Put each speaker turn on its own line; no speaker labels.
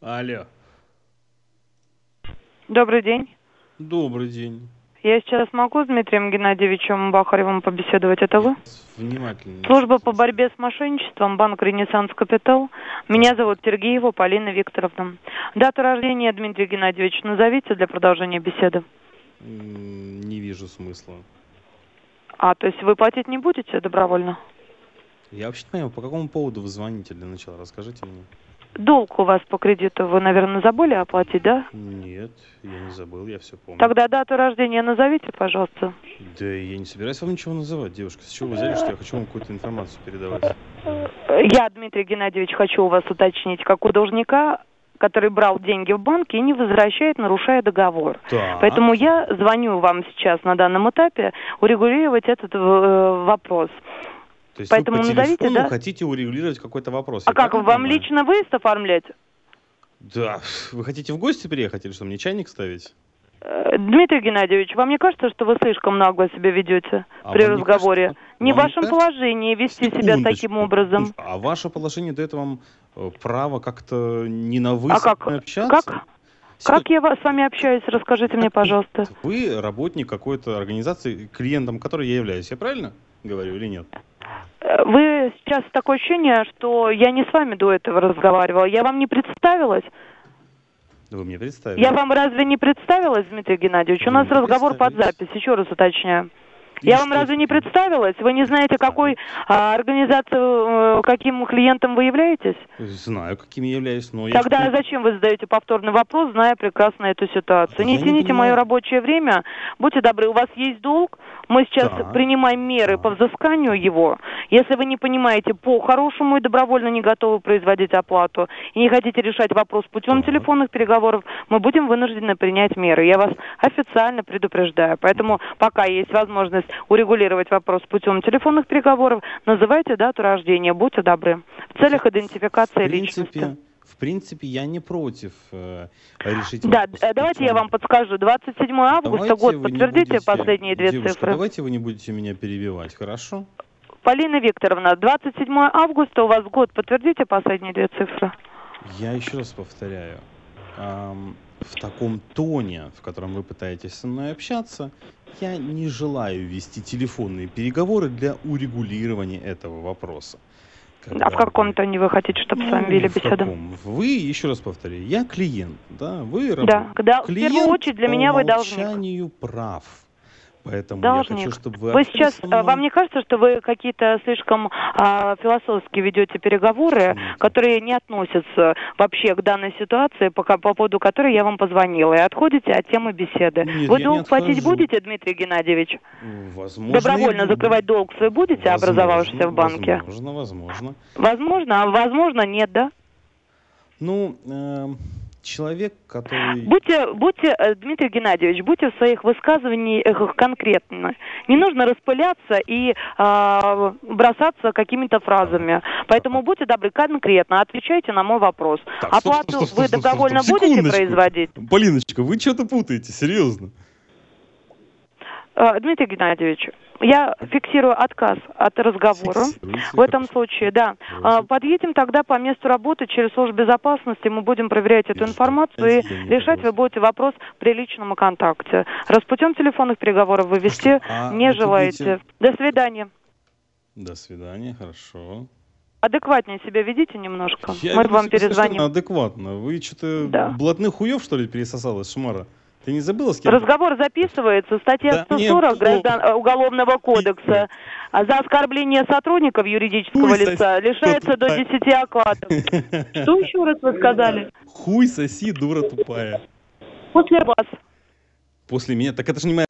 Алло.
Добрый день.
Добрый день.
Я сейчас могу с Дмитрием Геннадьевичем Бахаревым побеседовать? Это вы?
Внимательно.
Служба по борьбе с мошенничеством, банк «Ренессанс Капитал». Меня зовут Сергеева Полина Викторовна. Дату рождения, Дмитрий Геннадьевич, назовите для продолжения беседы.
М, Не вижу смысла.
А, то есть вы платить не будете добровольно?
Я вообще не понимаю, по какому поводу вы звоните для начала? Расскажите мне.
Долг у вас по кредиту вы, наверное, забыли оплатить, да?
Нет, я не забыл, я все помню.
Тогда дату рождения назовите, пожалуйста.
Да я не собираюсь вам ничего называть, девушка. С чего вы взяли, что я хочу вам какую-то информацию передавать?
Я, Дмитрий Геннадьевич, хочу у вас уточнить, как у должника, который брал деньги в банке и не возвращает, нарушая договор.
Так.
Поэтому я звоню вам сейчас на данном этапе урегулировать этот э, вопрос.
То есть
поэтому
вы по
назовите,
телефону
да?
хотите урегулировать какой-то вопрос. я
А как,
правильно
вам
понимаю?
лично выезд оформлять?
Да. Вы хотите в гости приехать или что, мне чайник ставить?
Э, Дмитрий Геннадьевич, вам не кажется, что вы слишком нагло себя ведете
А
при
вам не
разговоре?
кажется-
Не в
вам не
вашем
кажется-
положении вести себя
Секундочку,
таким образом.
секундочку. А ваше положение дает вам э, право как-то не на вы
А
со
как?
мной общаться?
Как? Как я вас- с вами общаюсь? Расскажите мне, пожалуйста.
Вы работник какой-то организации, клиентом которой я являюсь. Я правильно говорю или нет?
Э, Вы сейчас такое ощущение, что я не с вами до этого разговаривала. Я вам не представилась.
Вы мне представили.
Я вам разве не представилась, Дмитрий Геннадьевич? У
Вы
нас
не
разговор под
представились.
запись, еще раз уточняю.
И
Я вам
что?
разве не представилась? Вы не знаете, какой а, организацию, э, каким клиентом вы являетесь?
Знаю, каким я являюсь, но Ну, я...
Тогда
что-то-
зачем вы задаете повторный вопрос, зная прекрасно эту ситуацию? Не
Я не
тяните мое
понимаю.
рабочее время. Будьте добры, у вас есть долг. Мы сейчас
Так.
принимаем меры
Так.
по взысканию его. Если вы не понимаете по-хорошему и добровольно не готовы производить оплату и не хотите решать вопрос путем
Так.
телефонных переговоров, мы будем вынуждены принять меры. Я вас официально предупреждаю. Поэтому пока есть возможность урегулировать вопрос путем телефонных переговоров, называйте дату рождения, будьте добры. В целях идентификации
в принципе,
личности.
В принципе, я не против э, решить...
Да,
вопрос
э, давайте я вам подскажу. 27 августа,
Давайте
год,
вы не
подтвердите
будете-
последние две
Девушка,
цифры.
давайте вы не будете меня перебивать, хорошо?
Полина Викторовна, 27 августа у вас год, подтвердите последние две цифры.
Я еще раз повторяю. ам, в таком тоне, в котором вы пытаетесь со мной общаться, я не желаю вести телефонные переговоры для урегулирования этого вопроса. Как
А в
бы-
каком тоне вы хотите, чтобы с вами
Ну,
вели
в
беседу?
каком? Вы, еще раз повторяю, я клиент, да, вы
Да, когда, в
Клиент
первую очередь для
по
меня вы должник.
умолчанию прав. Поэтому я
Должник.
хочу, чтобы вы
Вы
общались
сейчас,
со
э,
мной.
вам не кажется, что вы какие-то слишком а, философски ведете переговоры,
Нет.
которые не относятся вообще к данной ситуации, по, ко- по поводу которой я вам позвонила, и отходите от темы беседы?
Нет,
вы
я не
долг платить
отхожу.
будете, Дмитрий Геннадьевич?
Возможно,
Добровольно
я буду.
закрывать долг свой будете,
Возможно,
образовавшийся в банке?
Возможно, возможно.
Возможно, а возможно нет, да?
Ну, эм, человек, который...
Будьте, будьте, э, Дмитрий Геннадьевич, будьте в своих высказываниях конкретны. Не нужно распыляться и а, бросаться какими-то фразами. Поэтому будьте добры, конкретно отвечайте на мой вопрос.
Так, стоп,
Оплату
стоп, стоп,
а вы
стоп, стоп,
добровольно
стоп,
будете
секундочку.
производить?
Полиночка, вы что-то путаете, серьезно.
Э, Дмитрий Геннадьевич, я фиксирую отказ от разговора.
Фиксируйте,
В этом
хорошо.
случае, да.
Хорошо.
А, Подъедем тогда по месту работы через службу безопасности, мы будем проверять эту
Хорошо.
информацию и
Извините,
решать вы
пожалуйста.
будете вопрос при личном контакте. Раз путем телефонных переговоров вы вести
А
не
вы
желаете.
будете-
До свидания.
До свидания, хорошо.
Адекватнее себя ведите немножко.
Я
мы
веду
вам
себя совершенно
перезвоним.
адекватно. Вы что-то
Да.
блатных хуев, что ли, пересосала из шмара? Ты не забыла, с кем?
Разговор записывается, статья
Да ну, мне
140
плохо.
граждан- э, Уголовного кодекса. А За оскорбление сотрудников юридического
Пусть
лица лишается до
тупая.
10 окладов. Что еще раз вы сказали?
Хуй соси, дура тупая.
После вас.
После меня. Так это же не моя